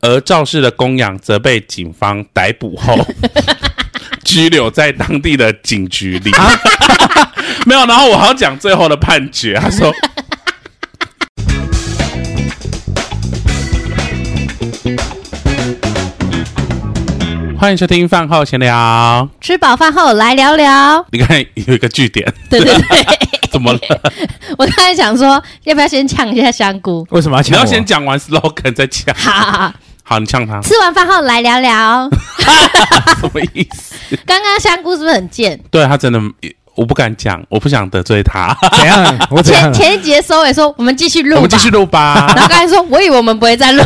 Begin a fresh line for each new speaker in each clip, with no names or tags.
而肇事的公羊则被警方逮捕后拘留在当地的警局里。没有，然后我还要讲最后的判决，他说。欢迎收听饭后闲聊。
吃饱饭后来聊 聊。
你看有一个据点，
对对对，
怎么了？
我刚才想说，要不要先呛一下香 菇？
为什么要
你
抢
要
我？
先讲完 slogan 再讲。
好好好，
好，你呛他
吃完饭后来聊聊。
什么意思？
刚刚香菇是不是很 贱？
对他真的，我不敢讲，我不想得罪他。
怎样？我怎样
前？前一节收尾说我们继续录
啊我们
吧
继，续录吧
然。后刚才说我以为我们不 会再录，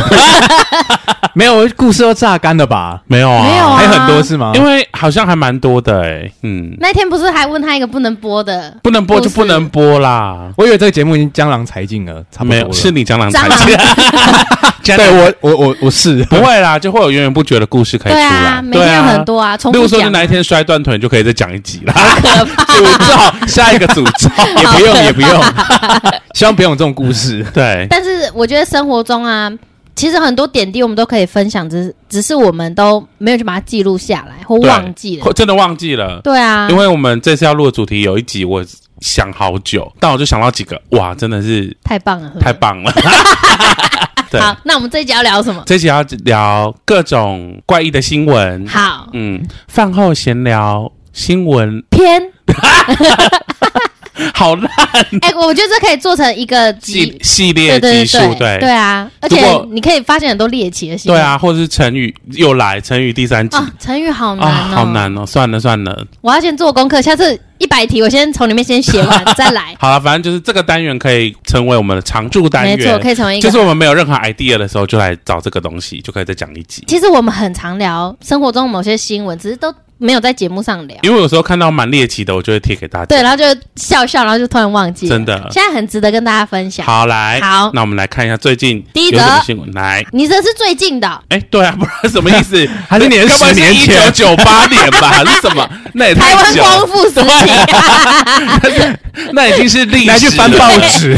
没有，故事都榨干了吧？
没有啊，
没有啊
还有很多是吗？
因为好像还蛮多的哎。嗯，
那天不是还问他一个不能播的
不能播
故事
就不能播啦。
我以为这个节目已经江郎才尽了，啊差不
没
多
有，
了。
是你讲两
蟑
才
螂？
对我，我，我，我是
不会啦，就会有源源不绝的故事可以出
对
来
啊，。每
对
天有
啊
很。多啊，重
例如
复
说，你
讲。
哪一天摔断腿，你就可以再讲一集啦。
可怕
诅咒，下一个诅 咒
也不用，也不用，希望不用有这种故事。
对，
但是我觉得生活中啊，其实很多点滴我们都可以分享，只是只是我们都没有去把它记录下来或
对
忘记了
或。真的忘记了，
对啊，
因为我们这次要录的主题有一集我想好久，但我就想到几个，哇，真的是
太棒了，
太棒 了。对，
好，那我们这一集要聊什么？
这集要聊各种怪异的新闻，
好，
嗯，饭后闲聊新闻，
偏
好烂
哎、我觉得这可以做成一个
系
集，
系
对
列
对
集
对
数，
对
对
啊，而
如
且
果
你可以发现很多猎奇的新
对
闻。
啊，或者是成语又来成语第三集
啊，成语好难
啊，
哦，
好。难哦，算了算了，
我要先做功课，下次一百题我先从里面先写完 再来。
好了，反正就是这个单元可以成为我们的常驻单
没错，
元，
可以成为一个。
就是我们没有任何 idea 的时候，就来找这个东西，就可以再讲一集。
其实我们很常聊生活中某些新闻，只是都没有在节目上聊。
因为有时候看到蛮猎奇的，我就会贴给大家。
对，然后就笑笑，然后就突然忘记了。
真的
现在很值得跟大家分享。
好哎来，
好
那我们来看一下最近
第一则
有什么新闻。来，
你这是最近的哦、
哎，对啊，不然什么意思？
还是 你的
根本
10
是
年
一
前
九九八年吧？ 还是什么？那也
台
太
湾
久，啊
光复时期，
那已经是历史了。
来去翻报纸，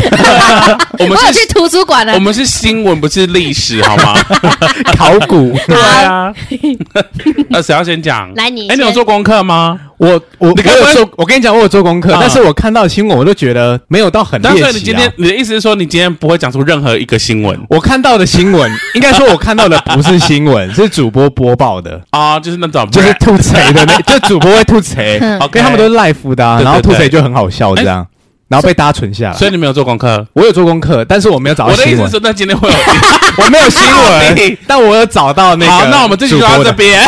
我们
我有
是
去图书馆啊了
我。们是新闻，不是历史，好 吗？
考古。
对啊。 那谁要先讲？
来，你
哎，你有
先
做功课吗？
我
你
我我
该不会
有做，我跟你讲，我有做功课
啊，
但是我看到新闻，我都觉得没有到很
但
猎
是你
奇
今
啊
天。你的意思是说，你今天不会讲出任何一个新闻
我看到的 新闻，应该说我看到的不是新闻，是主播播报的，
啊？就是那种
就是吐槽的那，就主播会吐槽，
嗯
，OK，
因为他们都是 live 的啊，
哎对对
然后吐槽
对哎
就很好笑这样，然后被大家存下来
所。以你没有做功课。
我有做功课，但是我没有找到
我的意
新
思
闻
是，，那今天会有。
我没有新
到底
闻，但我有找到那 个。
好，那我们这集就到这。 边，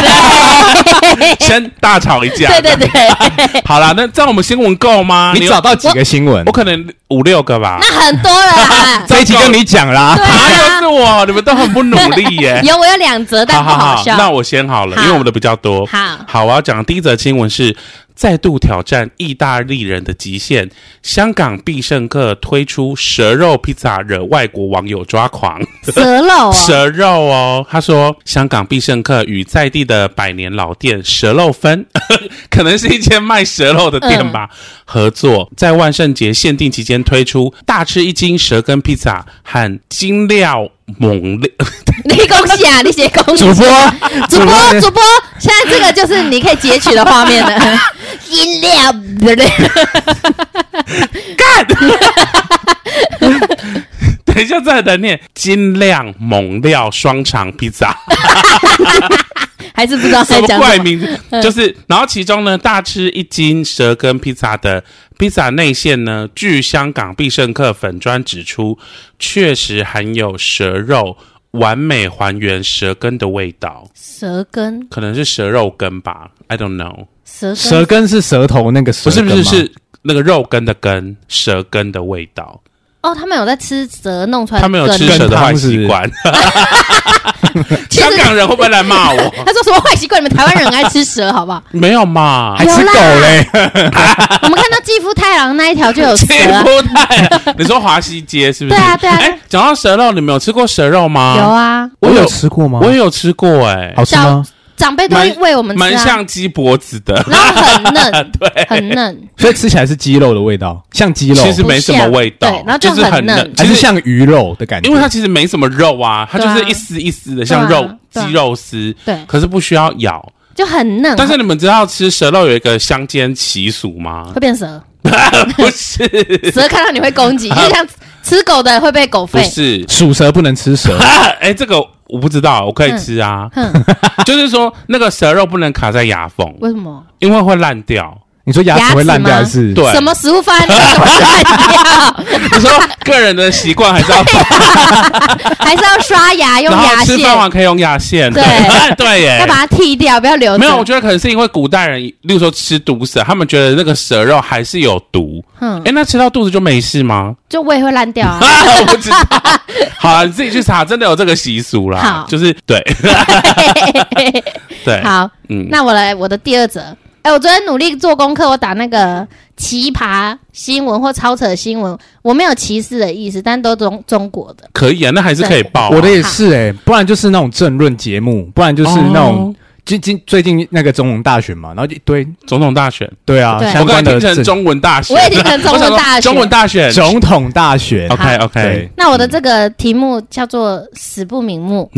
先大吵一架。
对对对，
好啦，那这样我们新闻够吗？
你
有
找到几个新闻。
啊我？可能五六个吧
那。很多了啦
这一集跟你讲啦
对。
啊，又
啊
是，我，你们都很不努力耶。
有我有两则，但
好
不
好好，
笑。
那我先好了，
好
因为我们的比较多。
好，
好，我要讲的第一则新闻是再度挑战意大利人的极限，香港必胜客推出蛇肉披萨惹外国网友抓狂。
蛇肉哦，
蛇肉哦，他说香港必胜客与在地的百年老店蛇肉分， 可能是一间卖蛇肉的店吧，合作在万圣节限定期间推出大吃一惊蛇羹披萨和精料猛料，
你恭喜啊，你写恭喜。
主播，
主播，
主
主播，现在这个就是你可以截取的画面了。 饮料，对不对？
等一下再来念精量猛料双肠披萨，
还是不知道
什
在
么
讲
怪
什么。
名字？就是，然后其中呢，大吃一惊蛇羹披萨的披萨内馅呢，据香港必胜客粉专指出，确实含有蛇肉，完美还原蛇羹的味道，
蛇根，
可能是蛇肉羹吧，I don't know，
蛇
舌
根，
根是舌头那个舌
不是
根
不
吗，
是是那个肉羹的羹，蛇羹的味道，
哦，他们有在吃蛇弄出来
他
的根
们
吗。
有吃蛇的坏习惯， 香港人会不会来骂我？？
他说什么坏习惯？你们台湾人很爱吃蛇，好不好
没有嘛
还，吃
有啦
狗嘞？
我们看到继父太郎那一条就有
欺
蛇啊，
负太，你说华西街是不是？
对啊对啊
哎，讲到蛇肉，你们有吃过蛇肉吗？
有啊，
我
我
有
有吃过吗
我？也有吃过哎、
好吃吗？
长辈都会
蛮
喂我们吃
蛮
啊，
像鸡脖子 的，
然后很嫩，
对，
很嫩，
所以吃起来是鸡肉的味道，像鸡肉，
其实没什么
不像
味道，
对然后就是
很
很嫩
还
其
是
实
像鱼肉的感觉，
因为它其实没什么肉啊，它就
对
是
啊
一丝一丝的，
对啊
像肉
对啊
鸡肉丝，
对，嗯
可是不需要咬。
就很嫩，
但是你们知道吃蛇肉有一个乡间习俗吗？
会变蛇，
不是，
蛇看到你会攻击，就像吃狗的会被狗
不
吠，
是。
属蛇不能吃蛇，
哎、这个我不知道，我可
嗯
以吃啊。
哼，
就是说，那个蛇肉不能卡在牙缝，
为什么？
因为会烂掉。
你说牙齿会烂掉还是？
对，
什么食物放在那个怎么烂掉？
你说个人的习惯还是 要，
还是要刷牙用
然
牙
后吃饭
线，
完可以用牙线，
对
对
要
耶。
把它剃掉，不要留着。
没有，我觉得可能是因为古代人，例如说吃毒蛇，他们觉得那个蛇肉还是有毒。
哼
哎，，那吃到肚子就没事 吗？
就胃会烂掉啊。
啊，我不知道。好了，你自己去查，真的有这个习俗啦
好。
就是对 对，
好，
嗯，
那我来我的第二则。哎、我昨天努力做功课，我打那个奇葩新闻或超扯新闻，我没有歧视的意思，但都中中国的。
可以啊，那还是可以报啊。
我的也是哎、不然就是那种政论节目，不然就是那种
哦
最近、最近那个总统大选嘛，然后一堆
总统大选，
对啊，
对
我
相
刚才
关的
听成
政
中文大学，
我也听成中 文
我想
大
说
学
中文大选。
总统大选，
OK
对
OK，
那我的这个题目叫做“死不瞑 目”，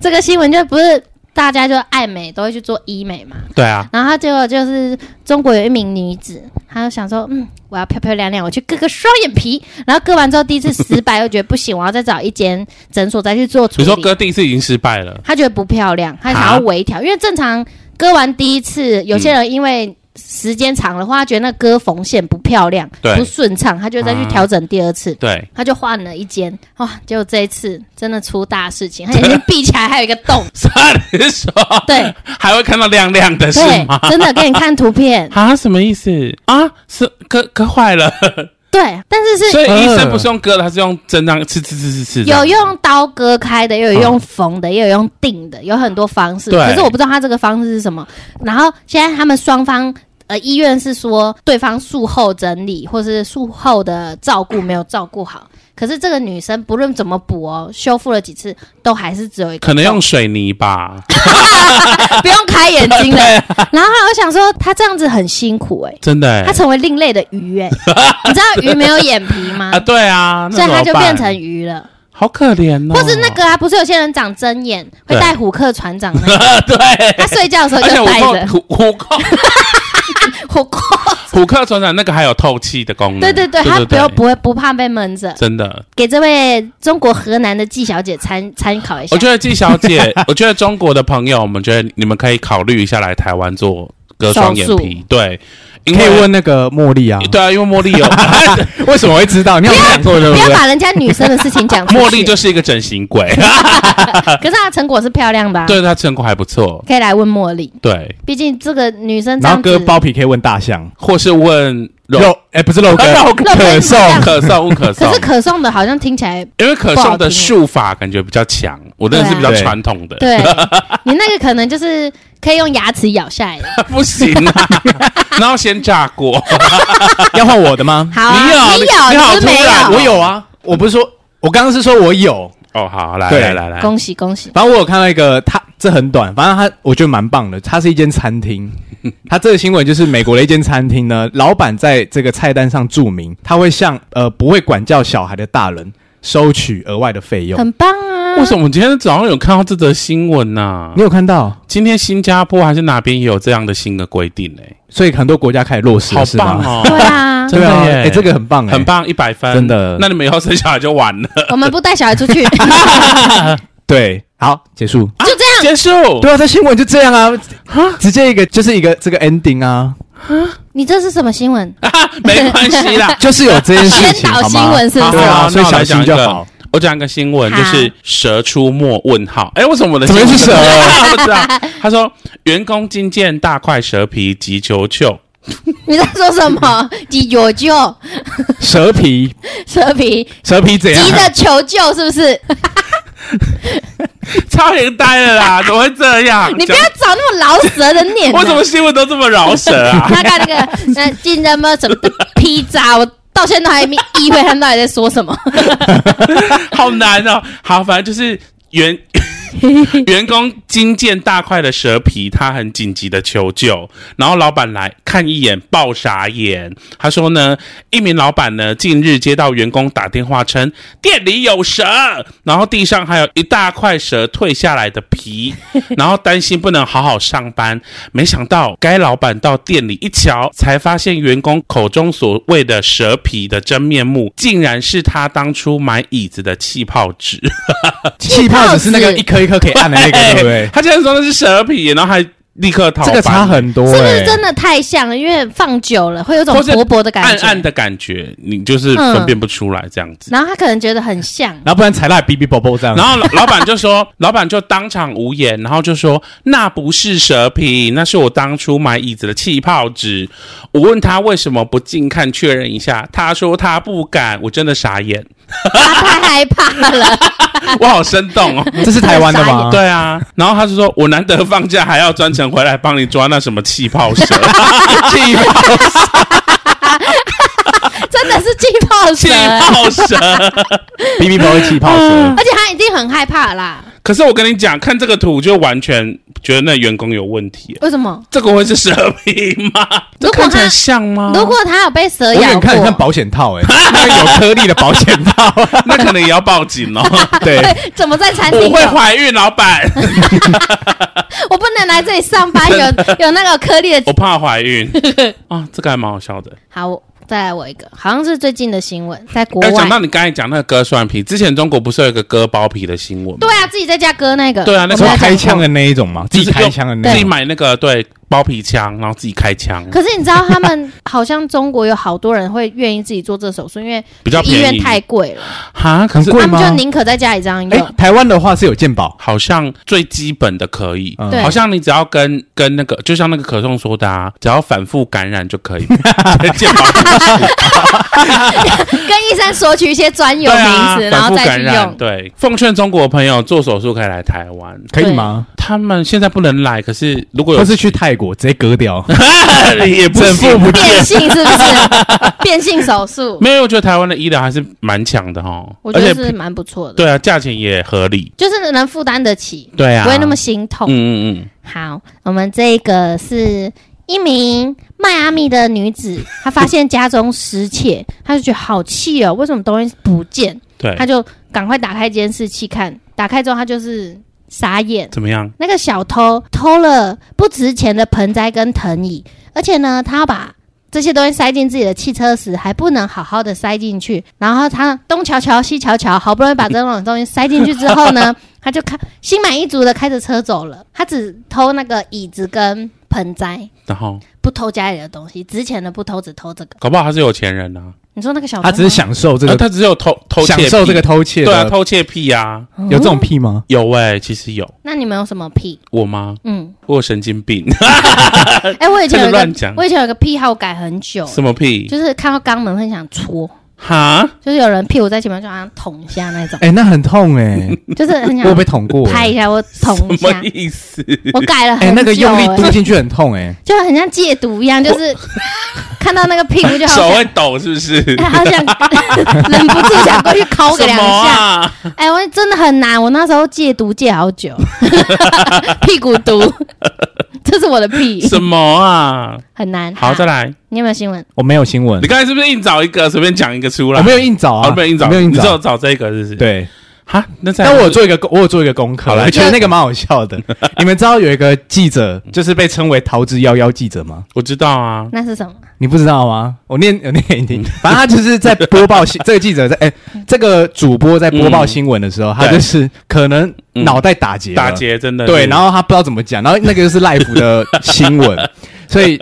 这个新闻就不是大家就爱美都会去做医美嘛，
对啊，
然后结果就是中国有一名女子，她就想说，嗯，我要漂漂亮亮，我去割个双眼皮，然后割完之后第一次失败，又觉得不行，我要再找一间诊所再去做处
你
理。
说啊哥第一次已经失败了，
她觉得不漂亮，她想要微调，因为正常割完第一次，有些人因为时间长的话，她觉得那割缝线不漂亮，
嗯对
不顺畅，她就再去调整第二次。
对，，
她就换了一间，哇、结果这一次真的出大事情，她眼睛闭起来还有一个洞
所以你是说
对
还会看到亮亮的是
对
吗？，
真的给你看图片，
啊，什么意思啊？是割割坏了，
对，但是是
所以医生不是用割的，他是用针这样刺刺刺刺刺的。
有用刀割开的，也有用缝的，也有用钉的，有很多方式。
对
可是我不知道他这个方式是什么。然后现在他们双方。呃，医院是说对方术后整理或是术后的照顾没有照顾好，可是这个女生不论怎么补哦，修复了几次都还是只有一个，
可能用水泥吧，
不用开眼睛了。
啊
然后我想说，她这样子很辛苦诶、
真的欸
她成为另类的鱼 诶、你知道鱼没有眼皮吗
啊，？对啊，那
所以她
怎
就
么办
变成鱼了。
好可怜哦，
或是那个啊，不是有些人长针眼，会
对
戴虎克船长那个，
对，
他睡觉的时候
而且
就
虎
戴
克
着
虎虎克
虎克，
虎克船长那个还有透气的功能，
对对对，他不用不会不怕被闷着。
真的，
给这位中国河南的季小姐参参考一下
我，觉得季小 姐，我觉得中国的朋友，我们觉得你们可以考虑一下来台湾做割双眼皮，对，因
可
为
以问那个茉莉啊，
对啊，因为茉莉有
为什么会知道？你有看过对
不
不
要
对？
把人家女生的事情讲出去。
茉莉就是一个整形鬼，
可是她的成果是漂亮的啊，
对她成果还不错，
可以来问茉莉，
对，
毕竟这个女生这
然后
样
割
子，
包皮可以问大象
或是问肉
肉，哎、不是肉
肉
割，
可
肉
可
跟
颂
一样
可颂问可颂
可是，可颂的好像听起来
因为可颂的术法感觉比较强，我那个是比较
对啊
传统 的，
对你那个可能就是可以用牙齿咬 下来的。
不行啊，然后先炸锅，
要换我的吗？
好啊，
你有
你
你好
有，是
突
没
然
有
我？有啊，我不是说，我刚刚是说我有，
哦，好，来
对
来来来，
恭喜恭喜！
反正我有看到一个，它这很短，反正它我觉得蛮棒的。它是一间 餐厅，它这个新闻就是美国的一间餐厅呢，老板在这个菜单上注明，他会向呃不会管教小孩的大人收取额外的费用。
很棒啊！
为什么我今天早上有看到这则新闻呐、
你有看到？
今天新加坡还是哪边也有这样的新的规定呢、
所以很多国家开始落实了，
好
是
棒
吗？
对
哦！
啊，
真
对
的
啊，
耶
哎、这个很棒、哎
很。棒，一百分，
真的
那你们以后生小孩就完了，
我们不带小孩出 去，就
对，好，结束。
这样。
结束。
对啊，这新闻就这样啊，直接一个就是一个这个 ending 啊，。
你这是什么新闻？
没关系啦
就是有这件事情，
啊先导
好吗
新闻是不是
对
好
啊，
好
所以
那我
小
来
心
讲一
就
个
好。
我讲一个新闻，
好
就是蛇出没？问号？哎，为什么我的
怎么
新闻
是 蛇
我不知道。他说，员工惊见大块蛇皮急求救，
你在说什么？急求救，
蛇皮，
蛇皮
蛇皮
啊
怎样
急？着求救，是不 是？
超人呆了啦！怎么会这样？
你不要找那么老蛇的念
讲为什么
啊。
新闻都这么饶舌啊？
他看那个那进什么什么 的披扎，我到现在都还没 意会他们到底在说什么。
好难哦。好，反正就是员员工惊见大块的蛇皮，他很紧急的求救，然后老板来看一眼，爆傻眼。他说呢，一名老板呢近日接到员工打电话称店里有蛇，然后地上还有一大块蛇退下来的皮， 然后担心不能好好上班，没想到该老板到店里一瞧，才发现员工口中所谓的蛇皮的真面目，竟然是他当初买椅子的气泡纸。
气泡纸是那个一颗一颗可以按的那个， 对不对？
他竟然说那是蛇皮，然后还立刻逃
这
班
个差很多、欸，
是不是真的太像了？因为放久了会有种
或是
薄薄的感
暗
觉，
暗的感觉，你就是
嗯
分辨不出来这样子。
然后他可能觉得很像，
然后不然踩到哔哔啵啵这样。
然后老老板就说， 老板就当场无言，然后就说那不是蛇皮，那是我当初买椅子的气泡纸。我问他为什么不近看确认一下，他说他不敢，我真的傻 眼，
他太害怕了。
我好生动哦。
这是台湾的吗？
对啊，然后他就说：“我难得放假，还要专程回来帮你抓那什么气泡 蛇，
气泡
真的是气泡
气
水，
泡蛇。”
哔哔啵啵气泡蛇，
而且他一定很害怕啦。
可是我跟你讲，看这个图就完全觉得那员工有问题。
为什么？
这个会是蛇皮吗？这
如果他
看起来像吗？
如果他有被蛇
我
咬
远看像
过，
保险 套哎、那个有颗粒的保险套，
那可能也要报警 哦。
对，
对， 怎么在餐厅
我
有？
会怀孕，老板，
我不能来这里上班，有有那个颗粒的。
我怕怀孕 啊。这个还蛮好笑的。
好，我再来我一个，好像是最近的新闻，在国
哎，
外
讲。到你刚才讲那个割蒜皮，之前中国不是有一个割包皮的新闻吗？
对啊，自己在家割那个。
对啊那
那
我
时
们
候
有讲
开
过
枪的那一种嘛，自
就是
己开枪的那
自己
种，
买那个对包皮枪，然后自己开枪，
可是你知道，他们好像中国有好多人会愿意自己做这手术，因为
比较
去医
便
院
宜
太贵了，
哈，可是
很贵
他们
吗
就宁可在家里这样
哎、
用。
台湾的话是有健保，
好像最基本的可以，
嗯
对
好像你只要跟跟那个，就像那个可颂说的、啊，只要反复感染就 可以。健保局
跟医生索取一些专有
对啊
名词，，然
反
后
复
再
感
去
染。
用。
对，奉劝中国朋友做手术可以来台湾，
可以吗？
他们现在不能来，可是如果
或
有
是去泰国直接割 掉，
也不
整
行啊
副不
变性是 不是？变性手术，
没有，我觉得台湾的医疗还是蛮强的哈，
我觉
而
得
且
是蛮不错的，
对啊，价钱也合理，
就是能负担得起，
对啊，
不会那么心痛。
嗯嗯嗯，
好，我们这个是一名迈阿密的女子，她发现家中失窃，她就觉得好气哦，为什么东西不见？她
对，
就赶快打开监视器看，打开之后她就是傻眼。
怎么样？
那个小偷偷了不值钱的盆栽跟藤椅，而且呢，他要把这些东西塞进自己的汽车时，还不能好好的塞进去。然后他东瞧瞧西瞧瞧，好不容易把这种东西塞进去之后 呢，他就开心满意足的开着车走了。他只偷那个椅子跟盆栽，
然后
不偷家里的东西，值钱的不偷，只偷这个。
搞不好他是有钱人啊，
你说那个小偷吗，
他只是享受这
呃
个，
他只有偷偷窃
享
癖，
受这个偷窃
对啊，
的，
偷窃癖啊，
嗯
有这种癖吗？
有哎、其实有
那你们有什么癖？
我吗？
嗯，
我有神经病，
哎、我以前有
开始
一
乱
个
讲，
我以前有一个癖好改很久，
什么屁？
哦就是看到肛门很想戳。
哈？
就是有人屁股在前面就好像捅一下那 种，
哎、那很痛哎、
就是很
我有被
想
捅过、
拍
哎
一下或捅一
什么
下。
意 思？哎
我改了很久、
那个用力
欸
嘟进去很痛哎、
就很像戒毒一样，就是 看到那个屁股就好
手
想
会，抖是不是？
好想忍不住想过去抠个
什
两
么
下。
啊？
哎、我真的很难，我那时候戒毒戒好 久，屁股毒，这是我的屁，
什么啊？
很难。
好，再
来，
来。
嗯
你有没有新闻？
我没有新闻
你，刚才是不是硬找一个，随便讲一个出来？
我没有硬找啊，
哦，没有硬找，
我没有硬
你只有
找。
找这个是不是？，
对，
哈，那再来
但我有做一个功，我有做一个功课，
好来
我觉得那个蛮好笑 的。你们知道有一个记者，就是被称为“桃之夭夭”记者吗？
我知道啊，
那是什么？
你不知道吗？我念我念给
嗯
你听，反正他就是在播报 新，这个记者在哎、这个主播在播报新闻的时候，他就是可能脑袋打结了，
打结嗯真的
对，啊然
后
后他不知道怎么讲，然后那个就是 live 的新 闻，所以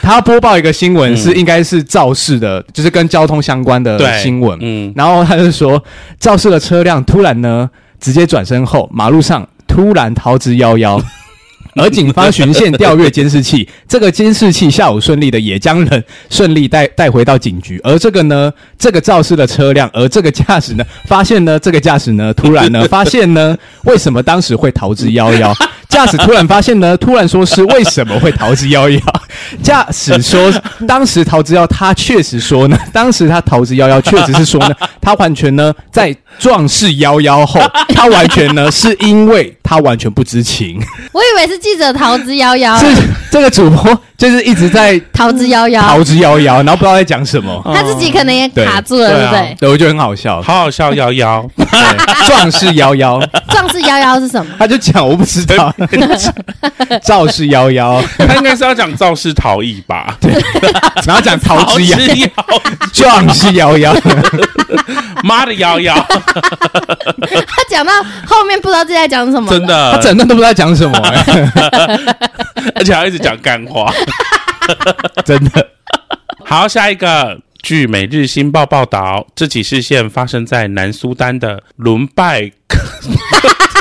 他播报一个新
嗯
闻是应该是肇事的，就是跟交通相关的
对
新闻，
嗯，
然后他就说肇事的车辆突然呢直接转身后，马路上突然逃之夭夭。而警方循线调阅监视器，这个监视器下午顺利的也将人顺利带带回到警局。而这个呢，这个肇事的车辆，而这个驾驶呢，发现呢，这个驾驶呢，突然呢，发现呢，为什么当时会逃之夭夭？驾驶突然发现呢，突然说是为什么会逃之夭夭？驾驶说，当时逃之夭他确实说呢， 当时他逃之夭夭确实是说呢，他完全呢在壮士夭夭后，他完全呢是因为他完全不知情，
我以为是记者逃之夭夭，
是这个主播就是一直在
逃之夭夭，
逃之夭夭，然后不知道在讲什么。
他自己可能也卡住
嗯
了，
对
对不
啊
对？
对，我觉得很好笑，
好好笑，瑶 瑶，
对壮士夭夭，
壮士夭夭是什么？
他就讲我不知道，赵氏夭夭，
他应该是要讲肇事逃逸吧？
然后讲 逃 之夭，
夭，
壮士夭夭，
妈的瑶 瑶，
他讲到后面不知道自己在讲什么，
真。的，
他整段都不知道讲什么、哎
而且还一直讲干话。
真的。
好，下一个。据《每日新报》报道，这起事件发生在南苏丹的伦拜克。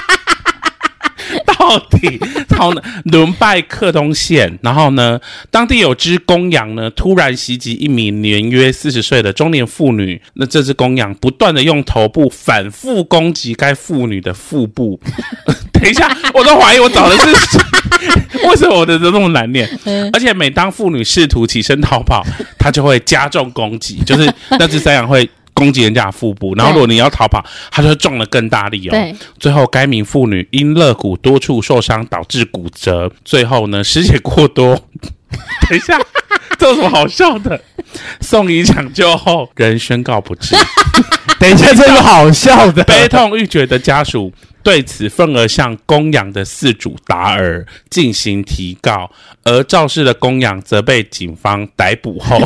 到底到伦拜克东县，然后呢，当地有只公羊呢，突然袭击一名年约四十岁的中年妇女。那这只公羊不断的用头部反复攻击该妇女的腹部。 等一下，我都怀疑我找的是 为什么我的都那么难念？而且每当妇女试图起身逃跑，她就会加重攻击，就是那只山羊会攻击人家的腹部，然后如果你要逃跑，它就会撞得更大力哦
对。
最后，该名妇女因肋骨多处受伤导致骨折，最后呢失血过多。 等一下，这有什么好笑的？送医抢救后，人宣告不治。
等一下，这个好笑的，
悲痛欲绝的家属对此愤而向公羊的饲主达尔进行提告，而肇事的公羊则被警方逮捕后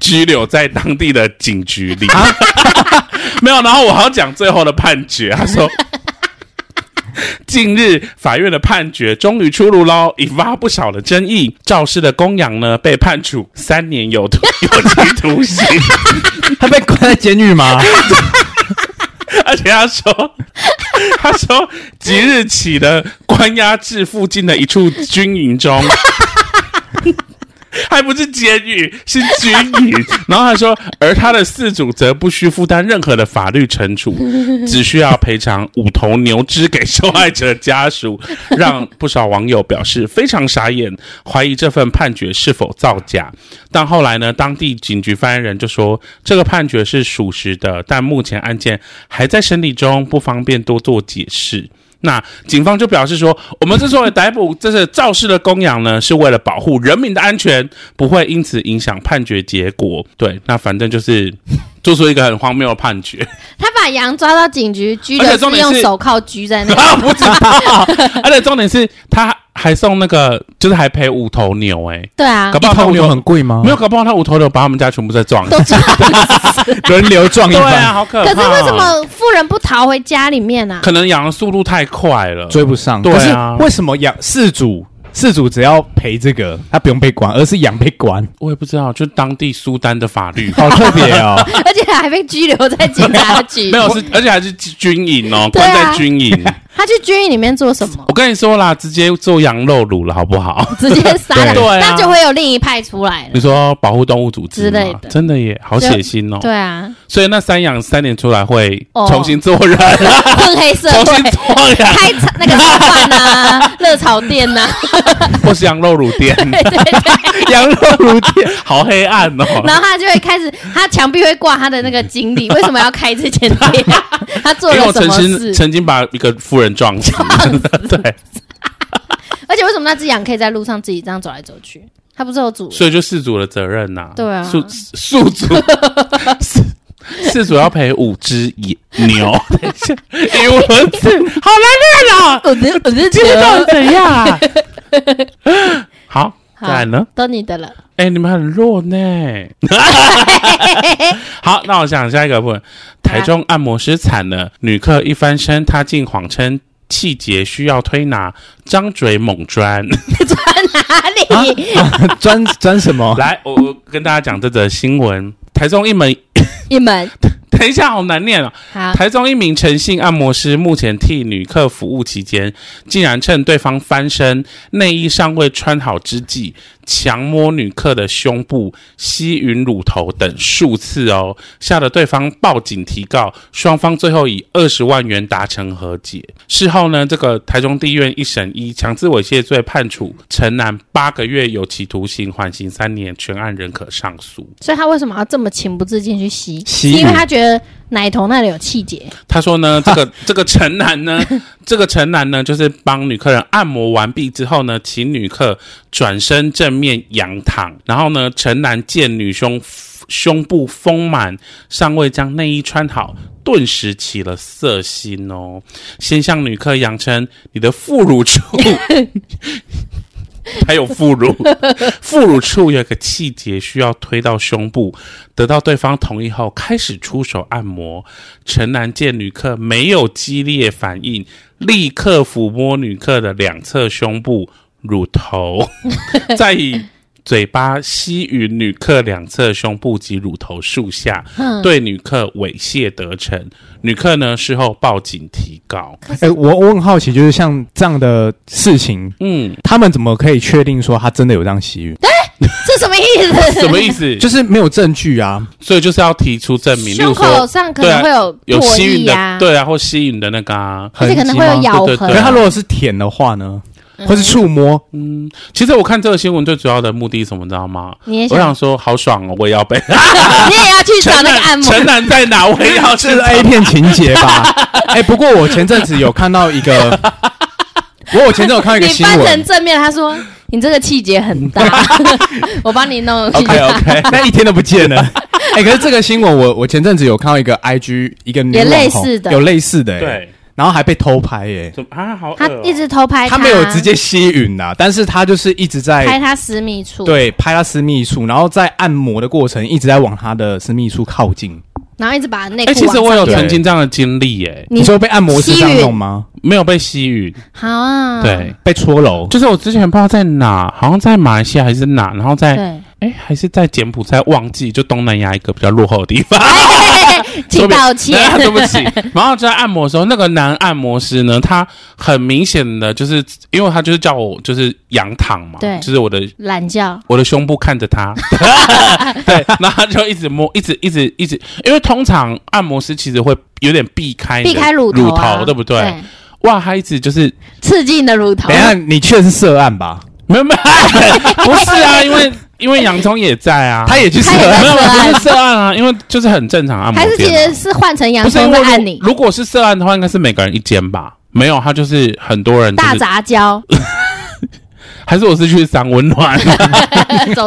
拘留在当地的警局里。 没有，然后我还要讲最后的判决，他说。近日，法院的判决终于出炉喽，引发不少的争议。肇事的公羊呢，被判处三年有徒有期徒刑，
他被关在监狱 吗？
而且他说，他说即日起的关押至附近的一处军营中。还不是监狱，是军营。然后他说，而他的饲主则不需负担任何的法律惩处，只需要赔偿五头牛只给受害者家属，让不少网友表示非常傻眼，怀疑这份判决是否造假。但后来呢，当地警局发言人就说，这个判决是属实的，但目前案件还在审理中，不方便多做解释。那警方就表示说，我们之所以逮捕这是肇事的公羊呢，是为了保护人民的安全，不会因此影响判决结果。对，那反正就是 做出一个很荒谬的判 决。
他把羊抓到警局拘
而
留，
且重
是
点是
用手铐拘在那 里。
啊，不知道，而且重点是他还送那个，就是还赔五头牛、欸，
对啊
搞，不好他五头
很贵吗
没有，搞不好他五头牛把他们家全部再撞。
都抓。
轮流撞一
对啊，
番，
好可
可
怕、
是为什？么富人不逃回家里面啊？
可能羊的速度太快了。
追不上。
对
可是
啊
为什么养饲主饲主只要赔这个，他不用被关，而是羊被关？。
我也不知道，就当地苏丹的法律
好特别 哦！
而且还被拘留在警察局。
没有是，而且还是军营哦，
对
关
啊
在军 营。
他去军营里面做什么？
我跟你说啦，直接做羊肉卤了，好不好？
直接杀了，
对啊
那就会有另一派出来了
你。说保护动物组织
之类
吗
的
真的耶，好血腥哦。
对啊，
所以那三羊三年出来会
哦
重新做 人，
啊混黑社
重新
会。
做 羊，
开茶那个烧饭 啊，热炒店呐、
或是羊肉卤店， 羊肉卤店好黑暗
然
哦。
后他就会开始，他墙壁会挂他的那个经理，为什么要开这间 店？他做
因为我
了什
曾
么
经
事？
曾经把一个富人撞死， 对，
而且为什么那只羊可以在路上自己这样走来走去？它不是有主人？
所以就事主的责任呐、
对啊
宿宿 主事事主要赔五只野牛， 等一下，因为我好难念啊，
我的我的
今 天到底怎样啊？ 好，再来呢？
都你的 了。
哎、你们很弱呢。好，那我想下一个部分。台中按摩师惨了，女客一翻身，她竟谎称气节需要推拿，张嘴猛钻。
哪里？
啊钻钻什么？
来，我我跟大家讲这则新闻。台中一门
你们
等一下，好难念哦。
好，
台中一名诚信按摩师目前替女客服务期间，竟然趁对方翻身、内衣尚未穿好之际，强摸女客的胸部、吸吮乳头等数次哦，吓得对方报警提告，双方最后以二十万元达成和解。事后呢，这个台中地院一审依强制猥亵罪判处陈男八个月有期徒刑，缓刑三年，全案仍可上诉。
所以他为什么要这么情不自禁去吸？
吸
是因为
吮
他觉得奶头那里有气节，
他说呢，这个这个陈男呢，这个陈男呢，就是帮女客人按摩完毕之后呢，请女客转身正面仰躺，然后呢，陈男见女胸胸部丰满，尚未将内衣穿好。顿时起了色心哦，先向女客扬称你的副乳处还有副乳，副乳处有一个气节需要推到胸部，得到对方同意后，开始出手按摩。陈男见女客没有激烈反应，立刻抚摸女客的两侧胸部、乳 头，再以嘴巴吸吮女客两侧胸部及乳头数下，
嗯
对女客猥亵得逞。女客呢事后报警提告。
哎、我我很好奇，就是像这样的事情，
嗯，
他们怎么可以确定说他真的有这样吸吮？
这什么意思？
什么意 思？
就是没有证据啊。
所以就是要提出证明，例
胸
如
口
说
上可能会有
有
唾
吸吮
液
的，
呀、
对啊，或吸吮的那个啊。
而且可能会有
痕迹吗
咬
对对
痕。
可是
对
他如果是舔的话呢，或是触摸，
其实我看这个新闻最主要的目的是什么，你知道吗？
你也
我
想，
想说，好爽哦，我也要被。
啊你也要去找那个 按摩
城南在哪？ 我也要去
这是 A 片情节吧？哎、不过我前阵子有看到一 个，我我前阵子有看到一个
你
新
翻成
闻，
正面，他说你这个气节很大， 我帮你弄。
OK OK，
那一天都不见了。哎、可是这个新闻我我前阵子有看到一个 IG 一个女
也
网
类
红
似的
有类似的、哎，
对，
然后还被偷拍耶、
怎么啊？好恶哦，
他一直偷拍
他没有直接吸吮呐、但是他就是一直
哎
在
拍他十米处，，
对拍他私密处，然后在按摩的过程一直在往他的私密处靠近。
然后一直把内裤
哎，
往上
其
摇。
实我有
对
曾经这样的经历，哎，
你
你
说被按摩师这样
吸吮
弄吗？
没有被吸吮，
好啊，
对，
被搓揉，
就是我之前不知道在哪，好像在马来西亚还是哪，然后在
对，
哎还是在柬埔寨，忘记就东南亚一个比较落后的地 方。，
请道歉
对不起。然后在按摩的时候，那个男按摩师呢，他很明显的就是，因为他就是叫我就是仰躺嘛，
对
就是我的
懒觉，
我的胸部看着 他，对，然后他就一直摸，一直一直一直，因为通常按摩师其实会有点避开你
避
的
开乳
哎乳
头啊，
对不对？哇，他一直就是
刺激你的乳头。
等一下，你去的是涉案吧？
没有没 有，不是啊，因为因为洋葱也在啊，
他也去涉
他也
案，
没有
在涉案
不是涉案啊，因为就是很正常按摩
还是其
店啊
实是换成洋
不是
葱
因
在
为
按你
如如果是涉案的话，应该是每个人一间吧。没有，他就是很多人、就
大
是，
杂交，
还是我是去三温 暖，
走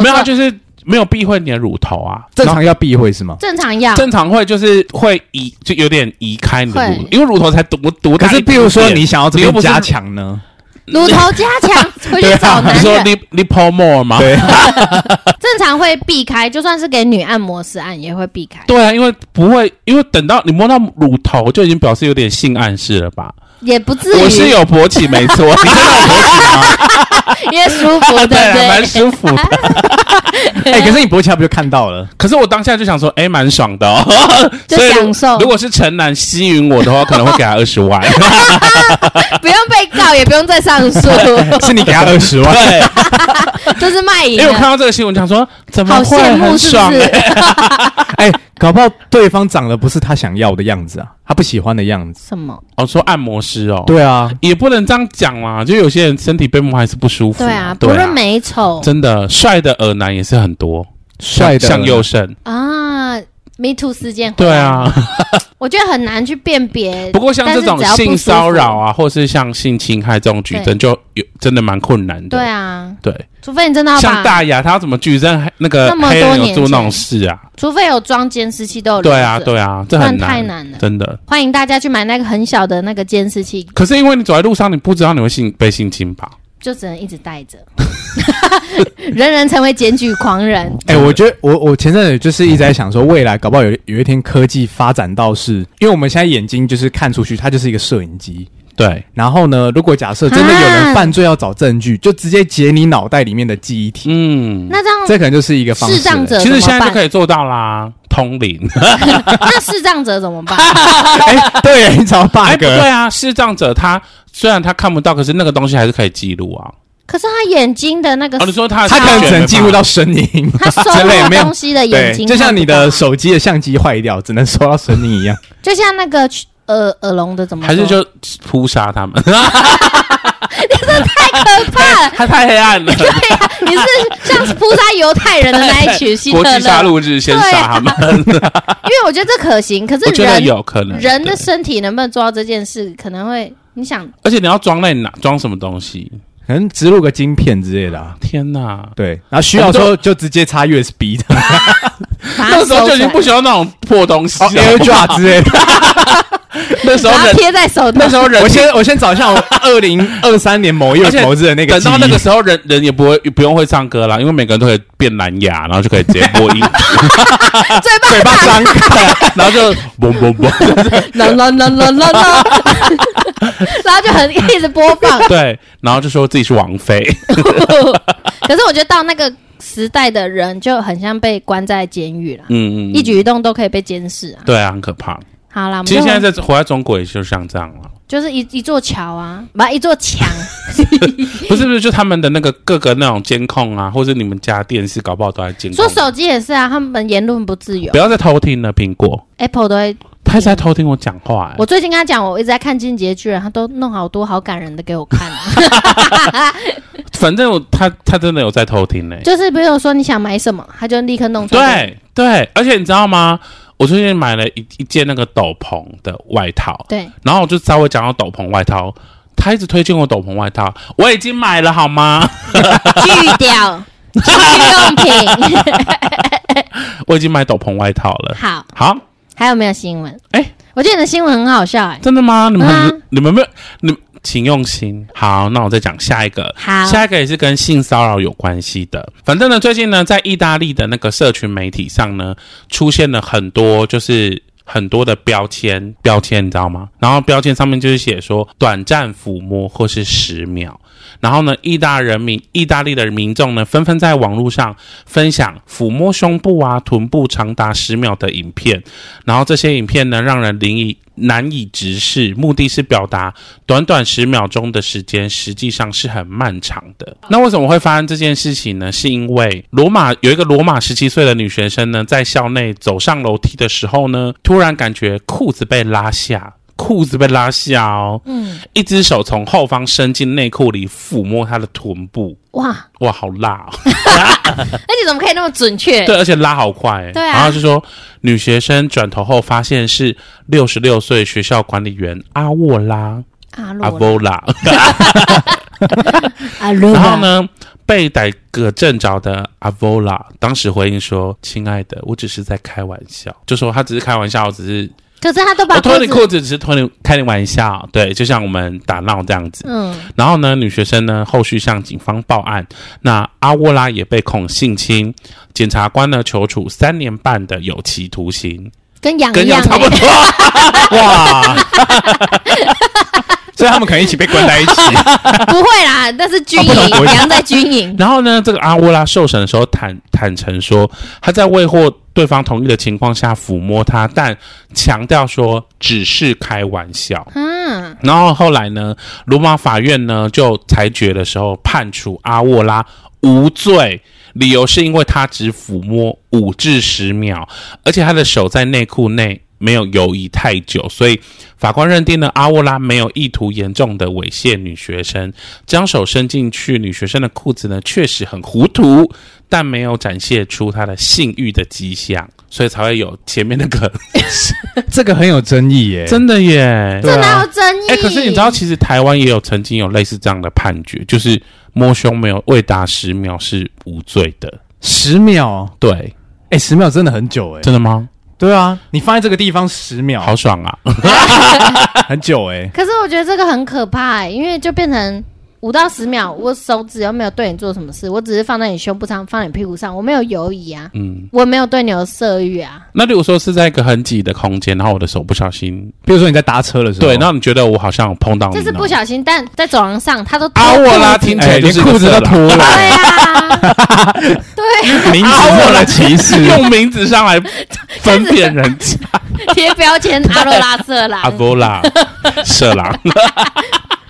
没有，他啊
错
就是没有避讳你的乳头啊，
正常要避讳是吗？
正常要
正常会就是会移，就有点移开你的乳
会，
因为乳头才多多
可
大一
是，
点点。
比如说你想要这
你又不
边
是
加强呢？
乳头加 强回去
对啊
找
你
男
说
人，
lip lip more 吗？
对，
正常会避开，就算是给女按摩师按也会避开，
对啊，因为不会，因为等到你摸到乳头就已经表示有点性暗示了吧？
也不至
我是
于
有勃起，没错，你真的有勃起吗？
因为舒服的，
对啊，蛮
对
舒服的。
哎，可是你勃起来不就看到了？
可是我当下就想说，哎，蛮爽的哦，
就
所以
享受
如果是陈楠吸引我的话，可能会给他二十 万。
不用被告，也不用再上 诉，
是你给 他二十万，
对，
就是卖 淫啊
哎因为我看到
了，
这个新闻，想说怎么
好
会
羡慕
很
是不
爽、
是？
欸？
哎，搞不好对方长得不是他想要的样子啊，他不喜欢的样子。
什么？
哦，说按摩师哦，，
对啊，
也不能这样讲啦，就有些人身体被摸还是不舒服。
对啊，不
对
论美丑
真的帅的耳男也是很多，
帅的
像像右胜，
啊，Me Too 事件，
对，啊。
我觉得很难去辨别。
不过像这种
但是只要不
性
舒服
骚扰，啊，或是像性侵害这种举证，
对
就有真的蛮困难的。
对啊，
对，
除非你真的要
像
把，
大雅，他要怎么举证？那个
那么
黑
多
人有
年
做那
前
种事啊？
除非有装监视器都有留
对啊，
着，
对啊，这
不
很
然太难了。
真的。
欢迎大家去买那个很小的那个监视器，
可是因为你走在路上，你不知道你会性被性侵吧？
就只能一直 带着，人人成为检举狂人。
哎，我觉得我我前阵子就是一直在想说，未来搞不好有有一天科技发展到是，因为我们现在眼睛就是看出去，它就是一个摄影机。
对，
然后呢，如果假设真的有人
啊
犯罪要找证据，就直接截你脑袋里面的记忆体，
嗯，
那这样
这可能就是一个方式。
视障者
其实
怎
现在
么
就
办？
可以做到啦，通灵。
那视障者怎 么办？
哎，对，你找
哎，
bug，
不对啊，视障者他虽然他看不到，可是那个东西还是可以记录啊。
可是他眼睛的那个
哦，，你说他
他可能只能
记
记录到声音，
他收
之类
入
没有
东西的眼
对
睛，，
就像你的，手机的相机坏掉，只能收到声音 一样。
就像那个耳耳聋的怎么说？
还是就扑杀他们？
可怕了
他太黑暗了，
你是像是扑杀犹太人的那 一群希特
国际杀
勒，
戮日先杀他们，
因为我觉得这可行，可是
我觉得
人
有可能
人的
对
身体能不能做到这件事，可能会你想
而且你要装在哪？装什么东西？
可能植入个晶片之类的啊。
天哪！
对，然后需要的时候就直接插 USB 的
把它
那时候就
收
已
起
经
来
不需要那种破东 西了。
哦 AirDrop 之类的。
那时候
把它
人，
贴在手
那
上
时。候人
我，先我先找一 下我二零二三年某月
而且
投资的那个
等
记忆。
到那个时候人，人也不会不用会唱歌啦，因为每个人都可以变蓝牙，然后就可以直接播音，
最棒
嘴巴张开，
然后就嘣嘣嘣，
啦啦啦啦啦啦， 然后就很一直播放。
对，然后就说自己是王妃，
可是我觉得到那个时代的人就很像被关在监狱了，
嗯，嗯嗯
一举一动都可以被监视啊。啊
对啊，很可怕。
好啦，我们
其实
就
现在在活在中国也就像这样啊了，
就是一一座桥啊，不一座 墙，
嗯不是不是，就他们的那个各个那种监控啊，或者你们家电视搞不好都在监控
说。手机也是啊，他们言论不自由
不要再偷听了，苹果，
，Apple 都会。
他一直在偷听我讲话、欸。
我最近跟他讲，我一直在看《进阶巨人》，他都弄好多好感人的给我看、啊
哎反正我他他真的有在偷听呢、
就是比如说你想买什么，他就立刻弄出来。
对对，而且你知道吗？我最近买了一一件那个斗篷的外套，
对，
然后我就稍微讲到斗篷外套，他一直推荐我斗篷外套，我已经买了好吗？
锯掉军用品。
我已经买斗篷外套了。
好，
好，
还有没有新闻？
哎
我觉得你的新闻很好笑哎、
真的吗？你们很、
啊
你们没有你们请用心。好，那我再讲下一个。
好，
下一个也是跟性骚扰有关系的。反正呢，最近呢，在意大利的那个社群媒体上呢，出现了很多就是很多的标签，标签你知道吗？然后标签上面就是写说短暂抚摸或是十秒。然后呢，意大人民、意大利的民众呢，纷纷在网络上分享抚摸胸部啊、臀部长达十秒的影片。然后这些影片呢，让人难以难以直视，目的是表达短短十秒钟的时间，实际上是很漫长的。那为什么会发生这件事情呢？是因为罗马有一个罗马十七岁的女学生呢，在校内走上楼梯的时候呢，突然感觉裤子被拉下。裤子被拉下哦，
嗯，
一只手从后方伸进内裤里抚摸她的臀部，
哇，
哇，好辣哦！
而且怎么可以那么准确？
对，而且拉好快、欸。
对啊
然后就说女学生转头后发现是六十六岁学校管理员阿沃拉
阿
阿
洛
沃拉，
阿啊洛，
然后？呢被逮个正着的阿沃拉当时回应说：“亲爱的，我只是在开玩笑。”就说他只是开玩笑，我只是
可是他都把
我脱
裤
你
子，
裤子只是脱你开你玩笑，对，就像我们打闹这样子。
嗯，
然后呢，女学生呢后续向警方报案，那阿沃拉也被控性侵，检察官呢求处三年半的有期徒刑。
跟羊
跟
一样、
羊差不
欸，
多。
哇！所以他们可能一起被关 在一起。
不会啦，那是军
啊不同
营，
国家
羊在军营。
然后呢，这个阿沃拉受审的时候坦坦诚说，他在未获对方同意的情况下抚摸他，但强调说只是开玩笑。
嗯，
然后后来呢，罗马法院呢就裁决的时候判处阿沃拉无罪，理由是因为他只抚摸五至十秒，而且他的手在内裤内没有游移太久，所以法官认定呢阿沃拉没有意图严重的猥亵女学生，将手伸进去女学生的裤子呢确实很糊涂，但没有展现出她的性欲的迹象，所以才会有前面那个
这个很有争议 耶
真的 耶，
这哪有争议？
哎、可是你知道，其实台湾也有曾经有类似这样的判决，就是摸胸没有未达十秒是无罪的。
十秒，
对，
哎，十秒真的很久哎。
真的吗？
对啊，你放在这个地方十秒
好，爽啊！
很久哎。
可是我觉得这个很可怕、欸，因为就变成五到十秒，我手指又没有对你做什么事，我只是放在你胸部上，放在你屁股上，我没有犹疑啊，
嗯，
我没有对你有色欲啊，
那如果说是在一个很挤的空间，然后我的手不小心，
比如说你在搭车的时候，
对，那你觉得我好像有碰到你
这
呢？
是不小心，但在走廊上他都
啊我啦，
对
听起来
哎
就
连
是
裤子都
脱
脱了，
呀、对，
名
啊
字
我啦，
上的歧 视
用名字上来分辨人家，
贴标签阿罗拉色
阿
狼，
波 拉色狼，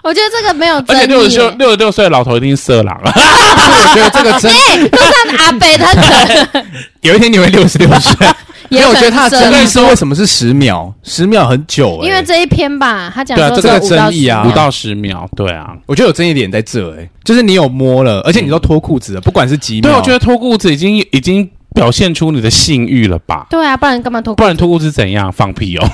我觉得这个没有
而
争
且六十
议
六。六十六岁的老头一定是色狼，啊
我觉得这个 真
哎、路上的阿北他可能
有一天你会六十六岁。
也
没有，
有
我觉得
可
他
能
的
色
争议
狼，
是为什么是十秒？十秒很久、欸，
因为这一篇吧，他讲
对啊
说
这个
只有五到
争议
10
啊
五
秒
到十秒，对啊。
我觉得有争议点在这、欸，就是你有摸了，而且你都脱裤子了，不管是几秒，
对，我觉得脱裤子已经已经表现出你的性欲了吧？
对啊，不然干嘛脱
不然脱裤子怎样？放屁哦！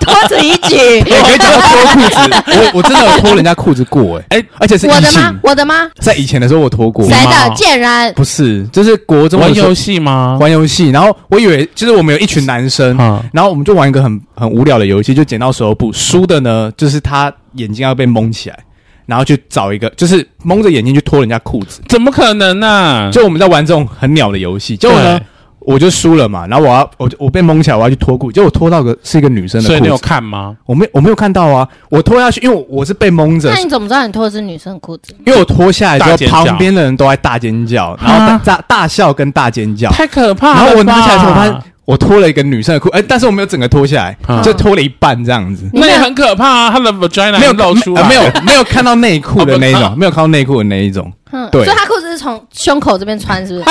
脱子一举？
欸。我跟你讲到脱裤子，我我真的有脱人家裤子过、欸，哎、
哎
而且是
我
异
的吗
性？，
我的吗？
在以前的时候我脱过，
谁的
吗？
竟然
不是，就是国中的
玩
时候
游戏吗？
玩游戏，然后我以为就是我们有一群男生，
啊，
然后我们就玩一个很很无聊的游戏，就剪刀石头布，输的呢就是他眼睛要被蒙起来，然后去找一个就是蒙着眼睛去脱人家裤子。
怎么可能呢？
就我们在玩这种很鸟的游戏，结果呢
嗯对，
我就输了嘛，然后我要我就我被蒙起来，我要去脱裤，结果我脱到个是一个女生的
所以你
裤
有
子，
看吗？
我没我没有看到啊，我脱下去，因为我我是被蒙着
那，你怎么知道你脱的是女生的裤子？
因为我脱下来
大
之
尖
后，
叫
旁边的人都在大尖叫，然后大
啊
大大笑跟大尖叫，
太可怕了
然
吧！
后我拿起来之后，我发现我脱了一个女生的裤，哎，但是我没有整个脱下
啊
来，就脱了一半这样子，
那也很可怕啊！他的 vagina
没有
露出来，
呃没有没有看到内裤的那一
啊
种，没有看到内裤的那一种，
哼，
对
嗯所以他裤子是从胸口这边穿，是不是？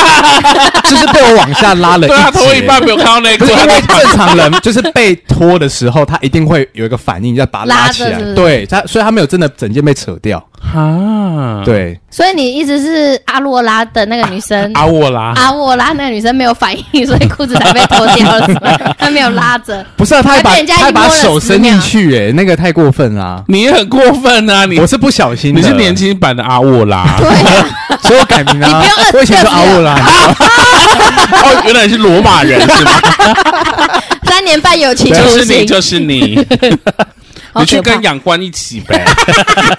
就是被我往下拉 了
对啊，
一
脱
截
一半没有看到 内裤
不是，因
他在
为正常人 就是被拖的时候，他一定会有一个反应，要把它
拉
拉
着
起来。
是不是
对，他所以他没有真的整件被扯掉。
啊，，
对，
所以你一直是阿洛拉的那个女生，
阿沃拉，
阿沃拉那个女生没有反应，所以裤子才被脱掉了，是吗？她没有拉着，
不是啊，他还把
还被人家
他还把
一摸了
手伸
10
进
秒
去、欸，那个太过分啦、
你也很过分啊！你
我是不小心的，
你是年，轻版的阿沃拉
对，啊，
所以我改名啊
你不用。
我以前是阿沃拉，
哦，原来是罗马人是 吗？
三年半有期
就
徒
是你，
刑，
就是你，
好
你去
可怕
跟阳光一起呗。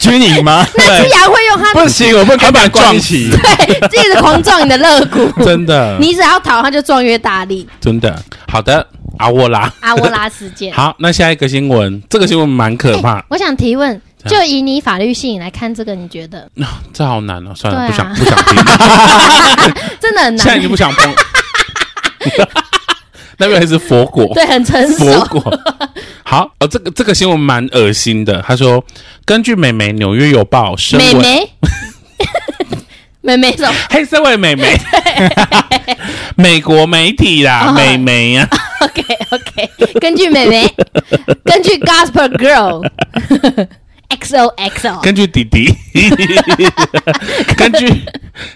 军营吗？
那只羊会用它
不行，我不能跟
把
板
你撞
撞起。
对自己的狂撞你的肋 骨，
真的，
你只要逃，它就撞越大力。
真的好的，啊阿沃拉。
阿沃拉事件，
好，那下一个新闻，这个新闻蛮可怕
哎，我想提问，
这嗯
就以你法律系你来看这个，你觉得
这好难哦，算了，
对啊
不想不 想 听，
真的很
现在已
难
经？不想碰。 那边还是佛果，
对，很成熟。
佛果。好，呃，这个这个新闻蛮恶心的。他说，根据美媒《纽约邮报》身
美
为
眉，美眉什么？
黑社会美 眉， 美国媒体啦，
哦
美媒啊，
OK OK，根据妹妹，根据 Gospel Girl XOXO，
根据弟 弟，根据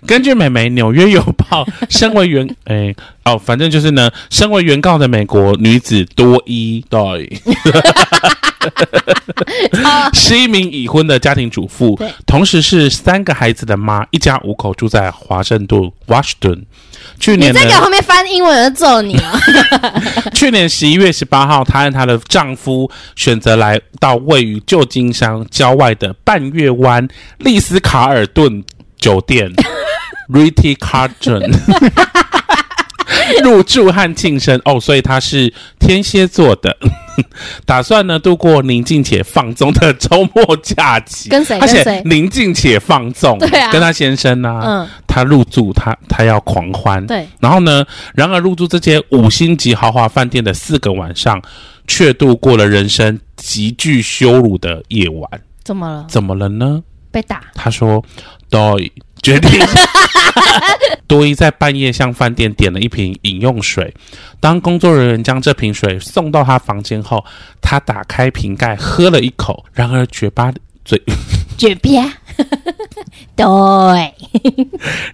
根据美媒《纽约邮报》，身为 原哎、哦，反正就是呢，身为原告的美国女子多伊， 对，是一名已婚的家庭主妇
哦对，
同时是三个孩子的妈，一家五口住在华盛顿 （Washington）。去
你
年呢
再给我后面翻英文，我就揍你哦 了。
去年十一月十八号，她和她的丈夫选择来到位于旧金山郊外的半月湾丽思卡尔顿酒店 （Ritty Carlton） 入住和庆生。哦，所以她是天蝎座的， 打算呢度过宁静且放纵的周末假期。
跟谁
她写
跟谁
宁静且放纵，
对啊
跟她先生啊，
嗯，
她入住，她她要狂欢。
对，
然后呢，然而入住这间五星级豪华饭店的四个晚上，却度过了人生极具羞辱的夜晚。
怎么了？
怎么了呢？
被打？
他说 d o 决定。多伊在半夜向饭店点了一瓶饮用水。当工作人员将这瓶水送到他房间后，他打开瓶盖喝了一口，然而嘴巴嘴
绝边？ 对，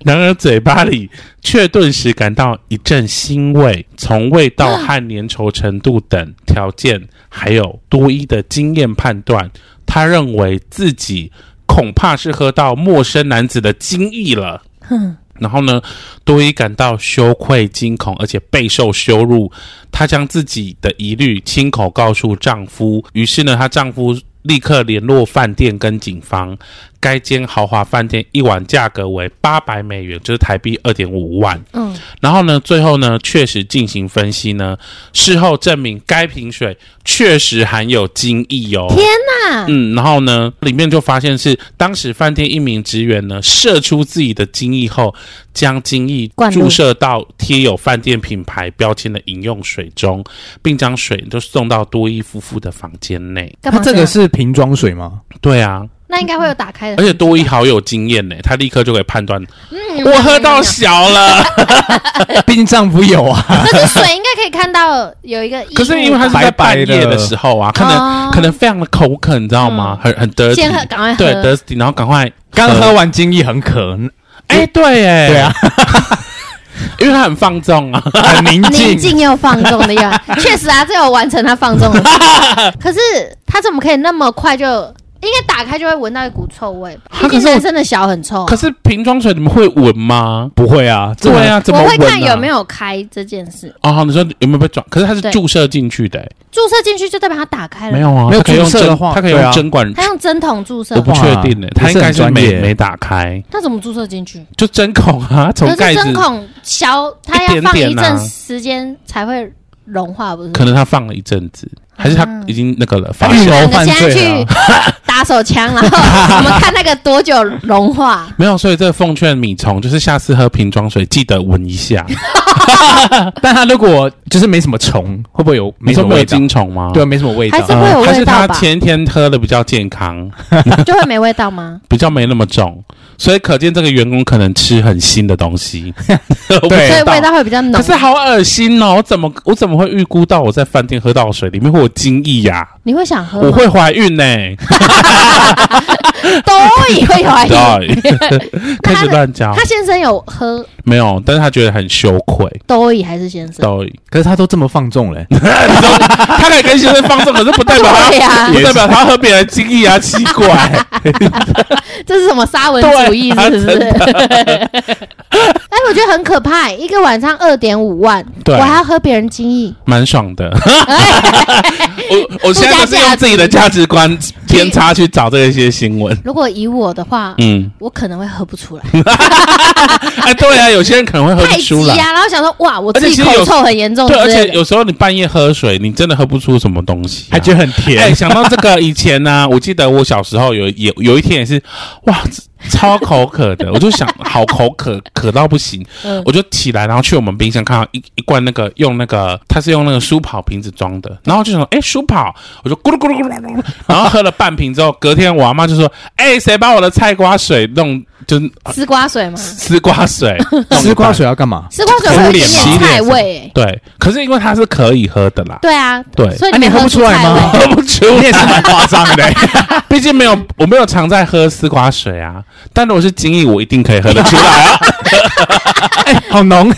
然而嘴巴里却顿时感到一阵腥味，从味道和粘稠程度等条件，还有多一的经验判断，他认为自己恐怕是喝到陌生男子的精液了。
哼，
然后呢，多伊感到羞愧、惊恐，而且备受羞辱。她将自己的疑虑亲口告诉丈夫，于是呢，她丈夫立刻联络饭店跟警方。该间豪华饭店一晚价格为八百美元，就是台币二点五万。
嗯，
然后呢，最后呢，确实进行分析呢，事后证明该瓶水确实含有精液哦。
天哪，
嗯，然后呢，里面就发现是当时饭店一名职员呢，射出自己的精液后，将精液
灌入
注射到贴有饭店品牌标签的饮用水中，并将水就送到多伊夫妇的房间内。
干
它
嘛
这个
样
是瓶装水吗？
对啊，
那应该会有打开的，
而且多伊好有经验呢，他立刻就可以判断
嗯
我喝到小 了。
毕竟丈夫有啊，
这个水应该可以看到有一个异物吧，
可是因为他是在半夜的时候啊，可能
哦嗯
可能非常的口渴，你知道吗？很很得体，
先喝，赶快喝，
对得体，然后赶快
刚喝完精液很渴，
哎，对，哎，
对 啊，，
因为他很放纵啊。
很宁
宁
静。
静又放纵 的样，确实啊，这有完成他放纵的事。可是他怎么可以那么快就？应该打开就会闻到一股臭味吧？
啊可
毕
是
竟
我
男生的小很臭啊
可。是瓶装水你们会闻吗？
不会啊，这
对啊，怎么
我
闻、啊？
会看有没有开这件事，
哦，你说有没有被转？可是它是
对
注射进去的、欸
注射进去就代表他打开了，
没有啊，
没有
它可以用
注射的
针
话
它可以
对
用
啊
针管，
他用针筒注射
我，不确定呢、欸，
哇
它应该
也是
是
很专
没
业
没打开，
那怎么注射进去？
就针孔啊，从
可
盖
是
子，
针孔小，它
一
要
点
放
点
一
啊
阵时间才会融化，不是吗？哦
可能它放了一阵子，还是它
嗯
已经那个了，发
预
酵。
谋
两个
犯
现在
罪
去
啊！
打手枪，然后我们看那个多久融 化。
没有，所以这奉劝米虫，就是下次喝瓶装水记得闻一下。
但他如果就是没什么虫，会不会有没
你
什
说
么
没有
味道？
金虫吗？
对啊，没什么味道
还。是会有
哦呃还是
味
他
道吧？
前一天喝的比较健康，
就会没味道吗？
比较没那么重，所以可见这个员工可能吃很新的东 西。我不
对
所以
知道
味道会比较浓。
可是好恶心哦！我怎么我怎么会预估到我在饭店喝到水里面会有精液呀、
你会想喝
我
吗？
会怀孕呢、
都也会有啊。
对，开始乱讲
他，先生有喝
没有，但是他觉得很羞愧。
都以还是先生？
对，
可是他都这么放纵嘞，
他可以跟先生放纵，可是不代表他，
对啊呀
不，代表他喝别人的精液啊，奇怪。
这是什么沙文主义是不是？
啊
哎，我觉得很可怕，一个晚上二点五万，
对
我还要喝别人精液，
蛮爽的。 我我
附加
现在就是
价
用
值
自己的价值观偏差去找这些新闻。
如果以我的话，
嗯，
我可能会喝不出来，
哎，对啊，有些人可能会喝
太
不
急
出来。
啊，然后想说哇，我
而且
自己
其实有
口臭很严重之
对，而
类
且
的，
有时候你半夜喝水，你真的喝不出什么东西、
还觉得很甜。
哎、想到这个以前呢、我记得我小时候有有有一天也是，哇，超口渴的，我就想好口渴，渴到不行，
嗯
我就起来，然后去我们冰箱看到一一罐那个用那个，它是用那个舒跑瓶子装的，然后就想说，哎、舒跑，我就咕噜咕噜咕噜咕噜咕噜，然后喝了半瓶之后，隔天我阿妈就说，哎、谁把我的菜瓜水弄就是
丝瓜水吗？
丝瓜水，弄一
吃瓜
半
水要干 嘛？
丝瓜水会有一点
敷脸
点菜味，哎
对，可是因为它是可以喝的啦，
对啊，
对
所以
啊你喝
喝
不出来
菜
吗
味
喝不出
你也是蛮夸张 的欸，
毕竟没有，我没有常在喝丝瓜水啊。但如果是精益，我一定可以喝得出 来啊！
哎好浓。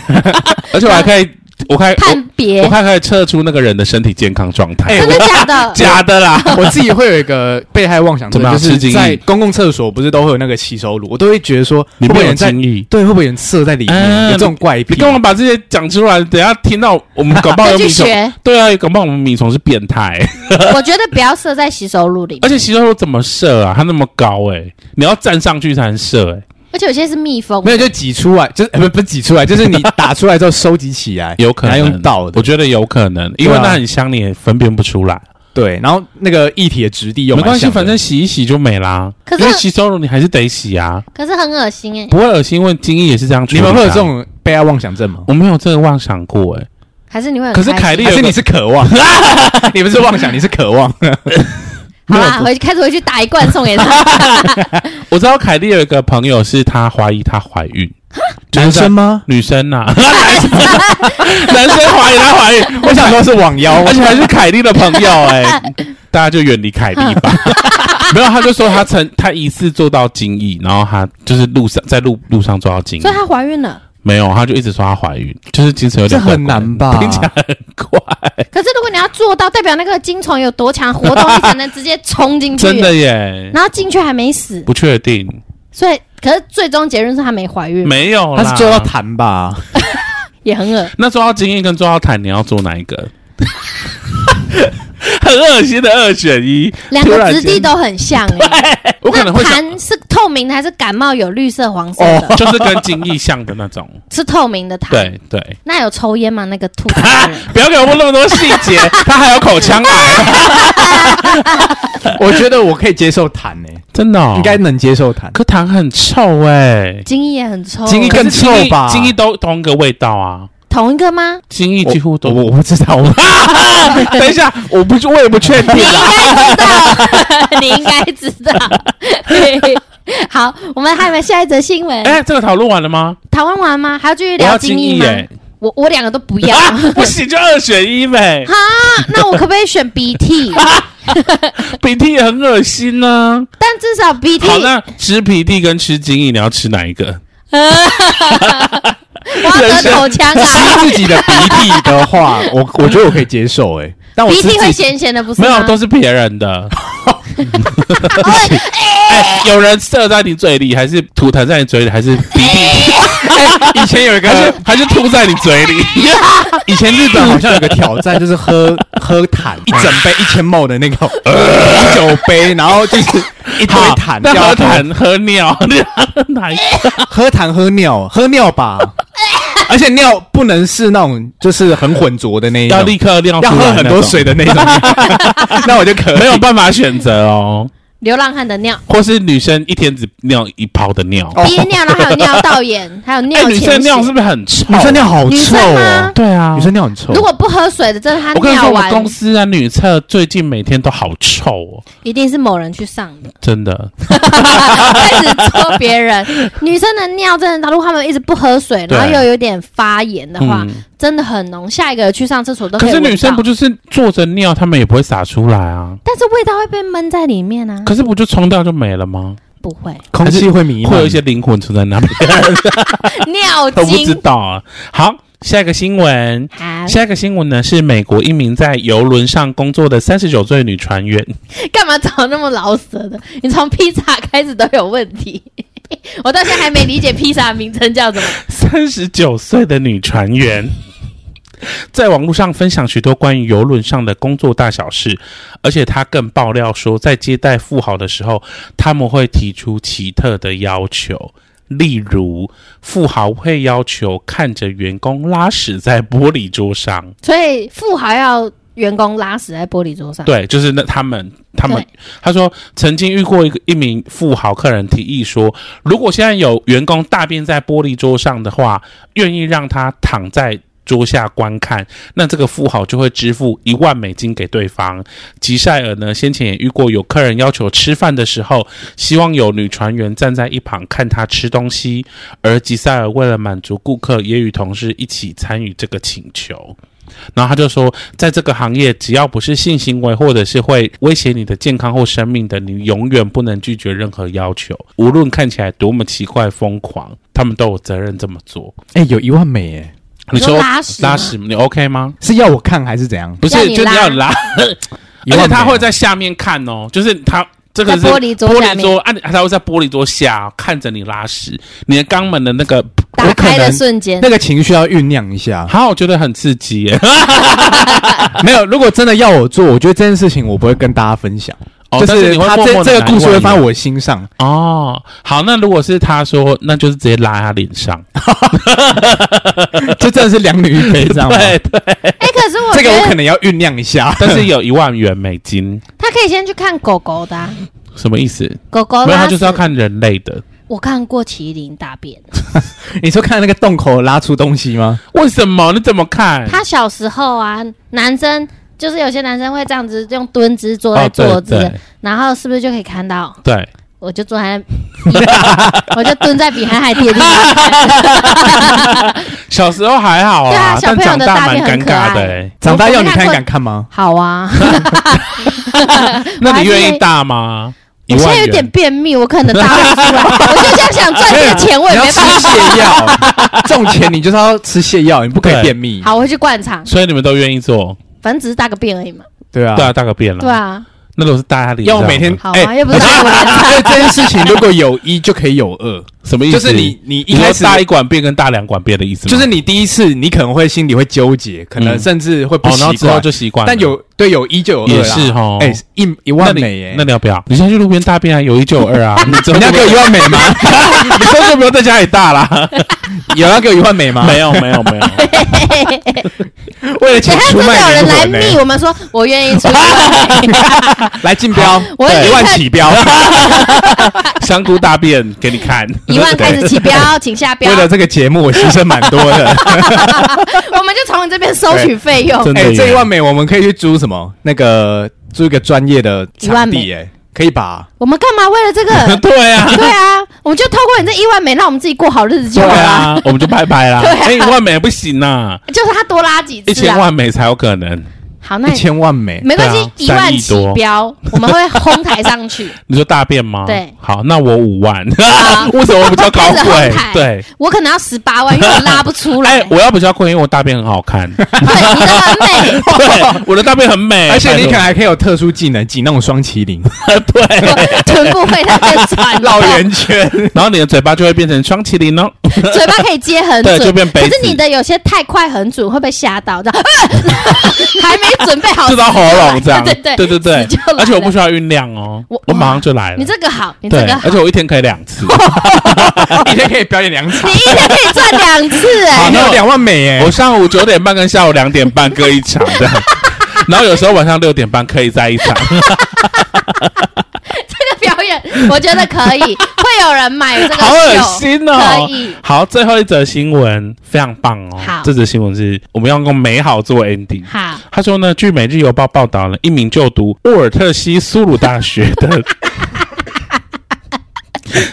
而且我还可以，我还
判别
我，还可以测出那个人的身体健康状态。
哎
真的假的？
假的啦！
我自己会有一个被害妄想
怎
症
么，样
就
吃精
是
液
在公共厕所不是都会有那个吸收乳，我都会觉得说，
你
会不
没
会
有
人在
精益，
对，会不会有人射在里面？
嗯
有这种怪
你
癖。
干嘛把这些讲出来？等一下听到我们搞不好
再
有
去
米 虫，
学，
对啊，搞不好我们米虫是变态。
我觉得不要射在洗手乳里面
而且洗手乳怎么射啊？它那么高哎、你要站上去才能射哎、
而且有些是密封，
没有就挤出来，就是呃不不挤出来，就是你打出来之后收集起来，
有可能
然后用倒
我
的。
觉得有可能，因为
对啊
那很香，你也分辨不出来。
对，然后那个液体的质地又
没
蛮
关系，
像的
反正洗一洗就没啦。
可是嗯
因为洗手乳你还是得洗啊。
可是很恶心哎、
不会恶心，因为精液也是这样处
你
理的啊
们会有这？种被害妄想症吗？
我没有这个妄想过哎、
还是你会很
可是
开心
凯莉
还
有
是
个
你是 渴望？ 你不是妄想，你是渴望。
好啦，回去开始回去打一罐送 给他，
我知道凯莉有一个朋友是她怀疑她怀 孕，就是在
吗？
女生呐、 男生怀疑她怀孕，
我想说是网妖，
而且还是凯莉的朋友哎、 大家就远离凯莉吧。没有，他就说他曾他疑似做到精液，然后他就是路上在路路上做到精
所以
液，
她怀孕了。
没有，他就一直说她怀孕，就是精神有
这
点怪怪
很难吧？
听起来很怪，
可是如果你要做到，代表那个精虫有多强，活动力才能直接冲进去，
真，的耶，
然后进去还没死，
不确定，
所以可是最终结论是她没怀孕，
没有啦，
他是做到痰吧？
也很恶。
那做到精英跟做到坦，你要做哪一个？很恶心的二选一。
两
突
个
然
质地
间
都很像、欸。
我可能会
那
想，哦
痰是透明的还是感冒有绿色、黄色的？
就是跟精益像的那种。
是透明的痰。
对对，
那有抽烟吗？那个吐 痰
啊
的人
不要给我问那么多细节， 他还有口腔啊癌，
我觉得我可以接受痰诶、
真的哦
应该。能接受痰。
可糖很臭哎，
精液也很臭，
精液
可是
更臭
精益
吧
精益都同一个味道啊，
同一个吗？
精益几乎都
我我不知 道，我
等一下，我不我也不 确定
你应
啊。
该知道， 你应该知道。 好，我们还有没有下一则新闻？
哎，这个讨论完了吗？
台湾玩吗？还要继续
我要
聊
精
精
益
益吗？
哎，
我我两个都不要。
啊， 不行就二选一呗。
哈，那我可不可以选鼻涕？
啊鼻涕也很恶心呢。
但至少鼻涕，
好，
我
那吃鼻涕跟吃精益，你要吃哪一个？
要得口 腔啊。
吸自 己的鼻涕的话，我我觉得我可以接受欸诶、但我
鼻
吃
涕会
自己
咸咸的，不是
没有，
吗？哦
都是别人
哦
的。哎，有人射在你嘴里，还是吐痰在你嘴里，还是鼻涕，
哎以前有一个
还是还是吐在你嘴 里？
以前日本好像有个挑战，就是喝 喝痰，一整杯一千毛的 那个啤酒杯，然后就是一堆
好
痰
那
掉
喝
头，
痰喝尿， 哪一
哎
个？
喝痰喝尿，喝尿 吧，而且尿不能是那种就是很浑浊的那一种，
要立刻尿出
要
来
喝很
那
多
种
水，的 那种，那我就可以
没有办法选择哦。
流浪汉的尿，
或是女生一天只尿一泡的尿，
哦
憋尿，然后还有尿道炎，还有
哎，
尿
女
前
生尿
血
是。不是很臭？
女生尿好
女
臭
生吗
哦，
对啊，
女生尿很臭
如。果不喝水的，真的他
我跟你说，
尿
我们
完
公司啊，女厕最近每天都好臭哦，
一定是某人去上的，
真的。
开始戳别人。女生的尿真的，如果他们一直不喝水，
对
然后又有点发炎的话，
嗯
真的很浓。下一个去上厕所都
可
以
是
闻
女生
到
不，就是坐着尿，她们也不会洒出来啊？
但是味道会被闷在里面 啊。
可是不就冲掉就没了吗？
不会，
空气会弥漫，
会有一些灵魂存在那 边，
尿
我不知
精。
道啊。好，下一个新闻。
啊，
下一个新闻呢是美国一名在游轮上工作的三十九岁女船员，
干嘛找那么老舍的？你从披萨开始都有问题， 我到现在还没理解披萨的名称叫什 么。
三十九岁的女船员，在网络上分享许多关于游轮上的工作大小事，而且她更爆料说，在接待富豪的时候，他们会提出奇特的要求。例如，富豪会要求看着员工拉屎在玻璃桌上，
所以富豪要员工拉屎在玻璃桌上。
对，就是那他们他们
对，
他说曾经遇过一个一名富豪客人提议说，如果现在有员工大便在玻璃桌上的话，愿意让他躺在。桌下观看，那这个富豪就会支付一万美金给对方。吉赛尔呢，先前也遇过有客人要求吃饭的时候，希望有女船员站在一旁看他吃东西，而吉赛尔为了满足顾客，也与同事一起参与这个请求。然后他就说，在这个行业，只要不是性行为或者是会威胁你的健康或生命的，你永远不能拒绝任何要求，无论看起来多么奇怪疯狂，他们都有责任这么做。
哎，有一万美哎，
你说
拉屎吗
拉屎，你 OK 吗？
是要我看还是怎样？
不是
要，你
就你
拉
要拉，
一
而
万
且他
美啊
会在下面看哦，就是他这个
在
是
玻璃桌
玻
下
璃
面
桌，啊，你他会在玻璃桌下看着你拉屎，你的肛门的那个，
打开
我可
的
能
瞬间
那，个情绪要酝酿 一下。
好，我觉得很刺激耶。
没有，如果真的要我做，我觉得这件事情我不会跟大家分享，
哦
就
但是你会
他
默默地
这这个
难
故事
过
会
你
放在我心上。
哦，好，那如果是他说，那就是直接拉他脸 上。
这真的是两女一杯，知道 吗？
对对，
哎、可是我
这
觉
个我可
得
能要酝酿一 下。
但是有一万元美金，
他可以先去看狗狗的、啊，
什么意思？
狗狗
没有，他
拉屎
就是要看人类的。
我看过麒麟大便，
你说看那个洞口拉出东西吗？
为什么？你怎么看？
他小时候啊，男生就是有些男生会这样子用蹲姿坐在
哦，对
坐姿，
对
然后是不是就可以看到？
对，
我就坐 在，我就蹲在比海海地的地方，
小时候还好
对啊
啊，
小
但
朋友
长
的
大
大
蛮
便
尴
很可
尬的
爱
欸。
长大要
我没
你
看
看，
过
敢看吗？
好 啊。
那
我还
你
是
愿
愿
意
意
大吗？一
我现
万
在有点
元。
便秘，我可能答不出 来。我就这样想赚这个钱，我也
你要
没
吃
办法。
泻药， 这种钱你就是要吃泻药，你不可
对
以便秘。
好，我会去灌肠，
所以你们都愿意做？
反正只是大个便而已嘛。
对啊
对，啊，大个便了。
对，
嗯
啊，
那都是大家脸
要
上的。
我每天
好啊
哎，
又不是
我觉得这件事情如果有一就可以有二，
什么意思？
就是你你一
说
开始
大一管变跟大两管变的意思吗，
就是你第一次你可能会心里会纠结，可能
嗯
甚至会不
哦，
习
然后之后
惯，
就习惯了，
但有对有一就有二
也
啦，
是哦
哎一一
那
万
你
美耶，
那你要不要？你现在去路边大便啊，有一就有 二啊，你怎么
你要给我一万美吗？
你这就不用在家里大啦？
有要给我一万美吗？
没有没有 没有，
为了
哎
钱
他
出
真的有
卖
人
灵
来
魂
密
呢？
我们说，我愿意出一万美，
来竞标，
我已经
一万
看
起标，
香菇大便给你看，
一万开始起标，请下标
为，了这个节目我牺牲蛮多的。
我们就从你这边收取费用。
真的
哎、
耶
这一万美我们可以去租什么？那个租一个专业的
一万
场
美
地、哎，可以吧？
我们干嘛为了这个？
对啊。
对啊，我们就透过你这一万美，让我们自己过好日子就
对
好了。
啊，我们就拜拜啦。
对啊
哎，一万美不行呐，
就是他多拉几
一
次
千
啊。
万美才有可能。
好，那
一千万美，
没关系，
对
一
啊三
万
亿
起
多
标，我们会哄抬 上去。
你说大便吗？
对啊
好，那我五万，
好
为什么我比较高
开始
贵
哄抬？
对，
我可能要十八万，因为我拉不出来。
哎，我要比较贵，因为我大便很好看。
对，你的 很美，
哎 对，我的大便很美，
而且你可能
看，
还可以有特殊技能，挤那种双麒 麟
对，
我臀部会在这转动，
绕圆圈，
然后你的嘴巴就会变成双麒麟 哦。
嘴巴可以接很
对
准，
就变杯
可
子
是你的有些太快很准，会被吓到，这 样、啊、还没准备好，
就到喉咙这样，
对对
对对对
死就来了
而且我不需要酝酿哦，
我
我马上就来了。
你这个好，你这
对
个，好
而，且我一天可以两次，
一天可以表演两场
你，一天可以赚两次哎、
好
你
那
有
我
两万美耶、
我上午九点半跟下午两点半各一场这 样，然后有时候晚上六点半可以再一场，
这个表演我觉得可以，会有人买这个秀，
好恶心哦
可以。
好，最后一则新闻非常棒哦
好。
这则新闻是我们要用美好做 ending。
好，
他说呢，据《每日邮报》报道呢，一名就读沃尔特西苏鲁大学的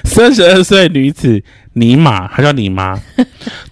三十二岁女子尼玛，她叫尼玛，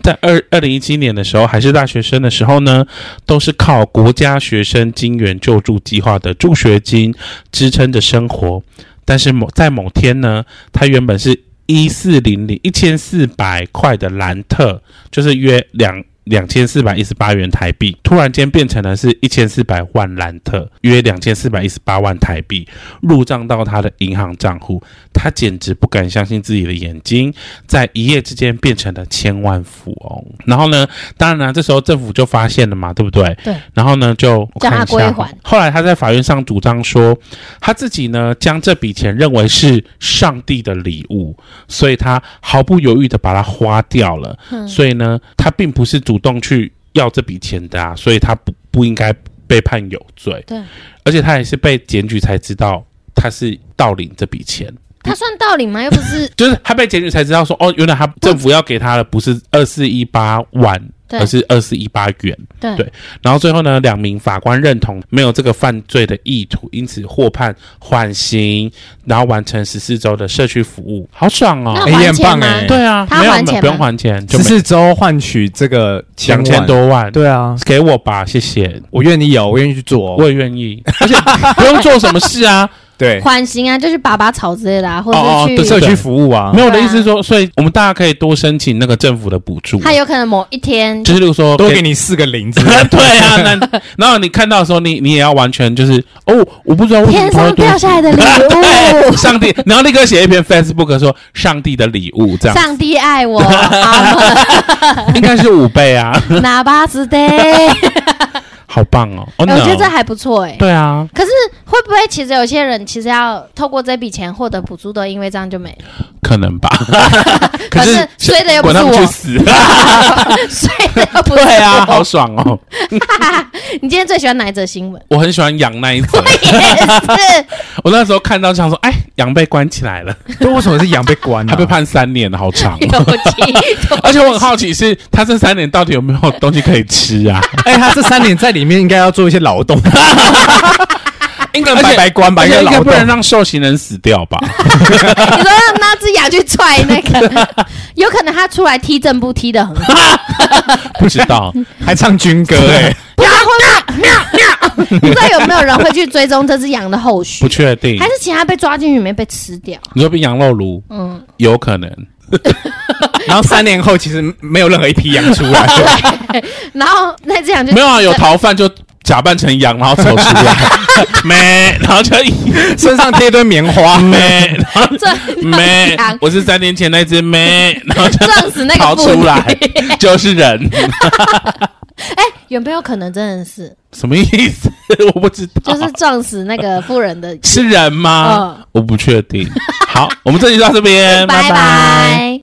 在二二零一七年的时候，还是大学生的时候呢，都是靠国家学生金援救助计划的助学金支撑着生活。但是某在某天呢，她原本是一四零零一千四百块的兰特，就是约两两千四百一十八元台币，突然间变成了是一千四百万兰特，约两千四百一十八万台币入账到他的银行账户，他简直不敢相信自己的眼睛，在一夜之间变成了千万富翁。然后呢，当然了、这时候政府就发现了嘛，对不对？
对。
然后呢，就我
叫他
看一下
归还
后来他在法院上主张说，他自己呢将这笔钱认为是上帝的礼物，所以他毫不犹豫的把它花掉了。
嗯
所以呢，他并不是主动去要这笔钱的啊，所以他不不应该被判有罪，
对
而且他也是被检举才知道他是盗领这笔钱。
他算道理吗？又不 是
就是他被检举才知道说，哦，原来他政府要给他的不是二四一八万，
对
而是二四一八元。
对
对然后最后呢，两名法官认同没有这个犯罪的意图，因此获判缓刑，然后完成十四周的社区服务，好爽
那
哦！
哎也
还
很
钱
棒
吗？
哎
对啊，
他
没有
还钱吗
不用还钱，就
十
没
四周换取这个
两千
万，
多万，，
对啊，
给我吧，谢谢，
我愿意哦有，我愿意去做、
我也愿意，而且不用做什么事 啊。
对，
缓刑啊，就去拔拔草之类的啊，或
哦哦
者
对
是
是
去，
社区服务啊
没，有，我的
对啊
意思是说，所以我们大家可以多申请那个政府的补助，
他有可能某一天
就是例如说
多给你四个零之类的，
对啊，那然后你看到的时候，你你也要完全就是哦，我不知道为什么
天
他会
上
多
掉下来的礼物
对，。上帝，然后立刻写一篇 Facebook 说上帝的礼物这样，
上帝爱我，阿门。
应该是五倍啊，
哪巴 斯
哦
的。
好棒哦！哦，
欸哎 我觉得
no
这还不错哎、
对啊，
可是会不会其实有些人其实要透过这笔钱获得补助的，因为这样就没 了？
可能吧。
可
是
是睡的又不
管
是
他们去
我，
死！
睡的又不是我。
对啊，好爽哦！
你今天最喜欢哪一则 新闻？
我很喜欢羊那一则，
也是，
我那时候看到就想说，哎，羊被关起来了，
对，为什么是羊被关、啊？
他被判三年了，好长。哦
有几多
而且我很好奇是，他这三年到底有没有东西可以吃啊？
哎、他这三年在里面应该要做一些劳动，
应该
白白关吧，
而
应该
且应该
劳
不能
动。
让受刑人死掉吧？
你说让那只羊去踹那个，有可能他出来踢正步踢的很好，
不知道，
还唱军歌哎、
对，
不知道会不会，不知道有没有人会去追踪这只羊的后续
不，确定
还。是其他被抓进去里面被吃掉？
你说冰羊肉炉
嗯，
有可能，
然后三年后其实没有任何一批羊出来，
然后那只羊就
啊没有啊，有逃犯就假扮成羊，然后走出来，咩，然后就一，
身上贴一堆棉花
咩，然后
这
咩
羊，
我是三年前那只咩，然后就
撞死那
逃
个妇
出
女，
来 就是人，
有没有可能真的是
什么意思？我不知道，
就是撞死那个妇人的？
是人吗？
嗯，
我不确定。好，我们这集到这边，拜
拜拜。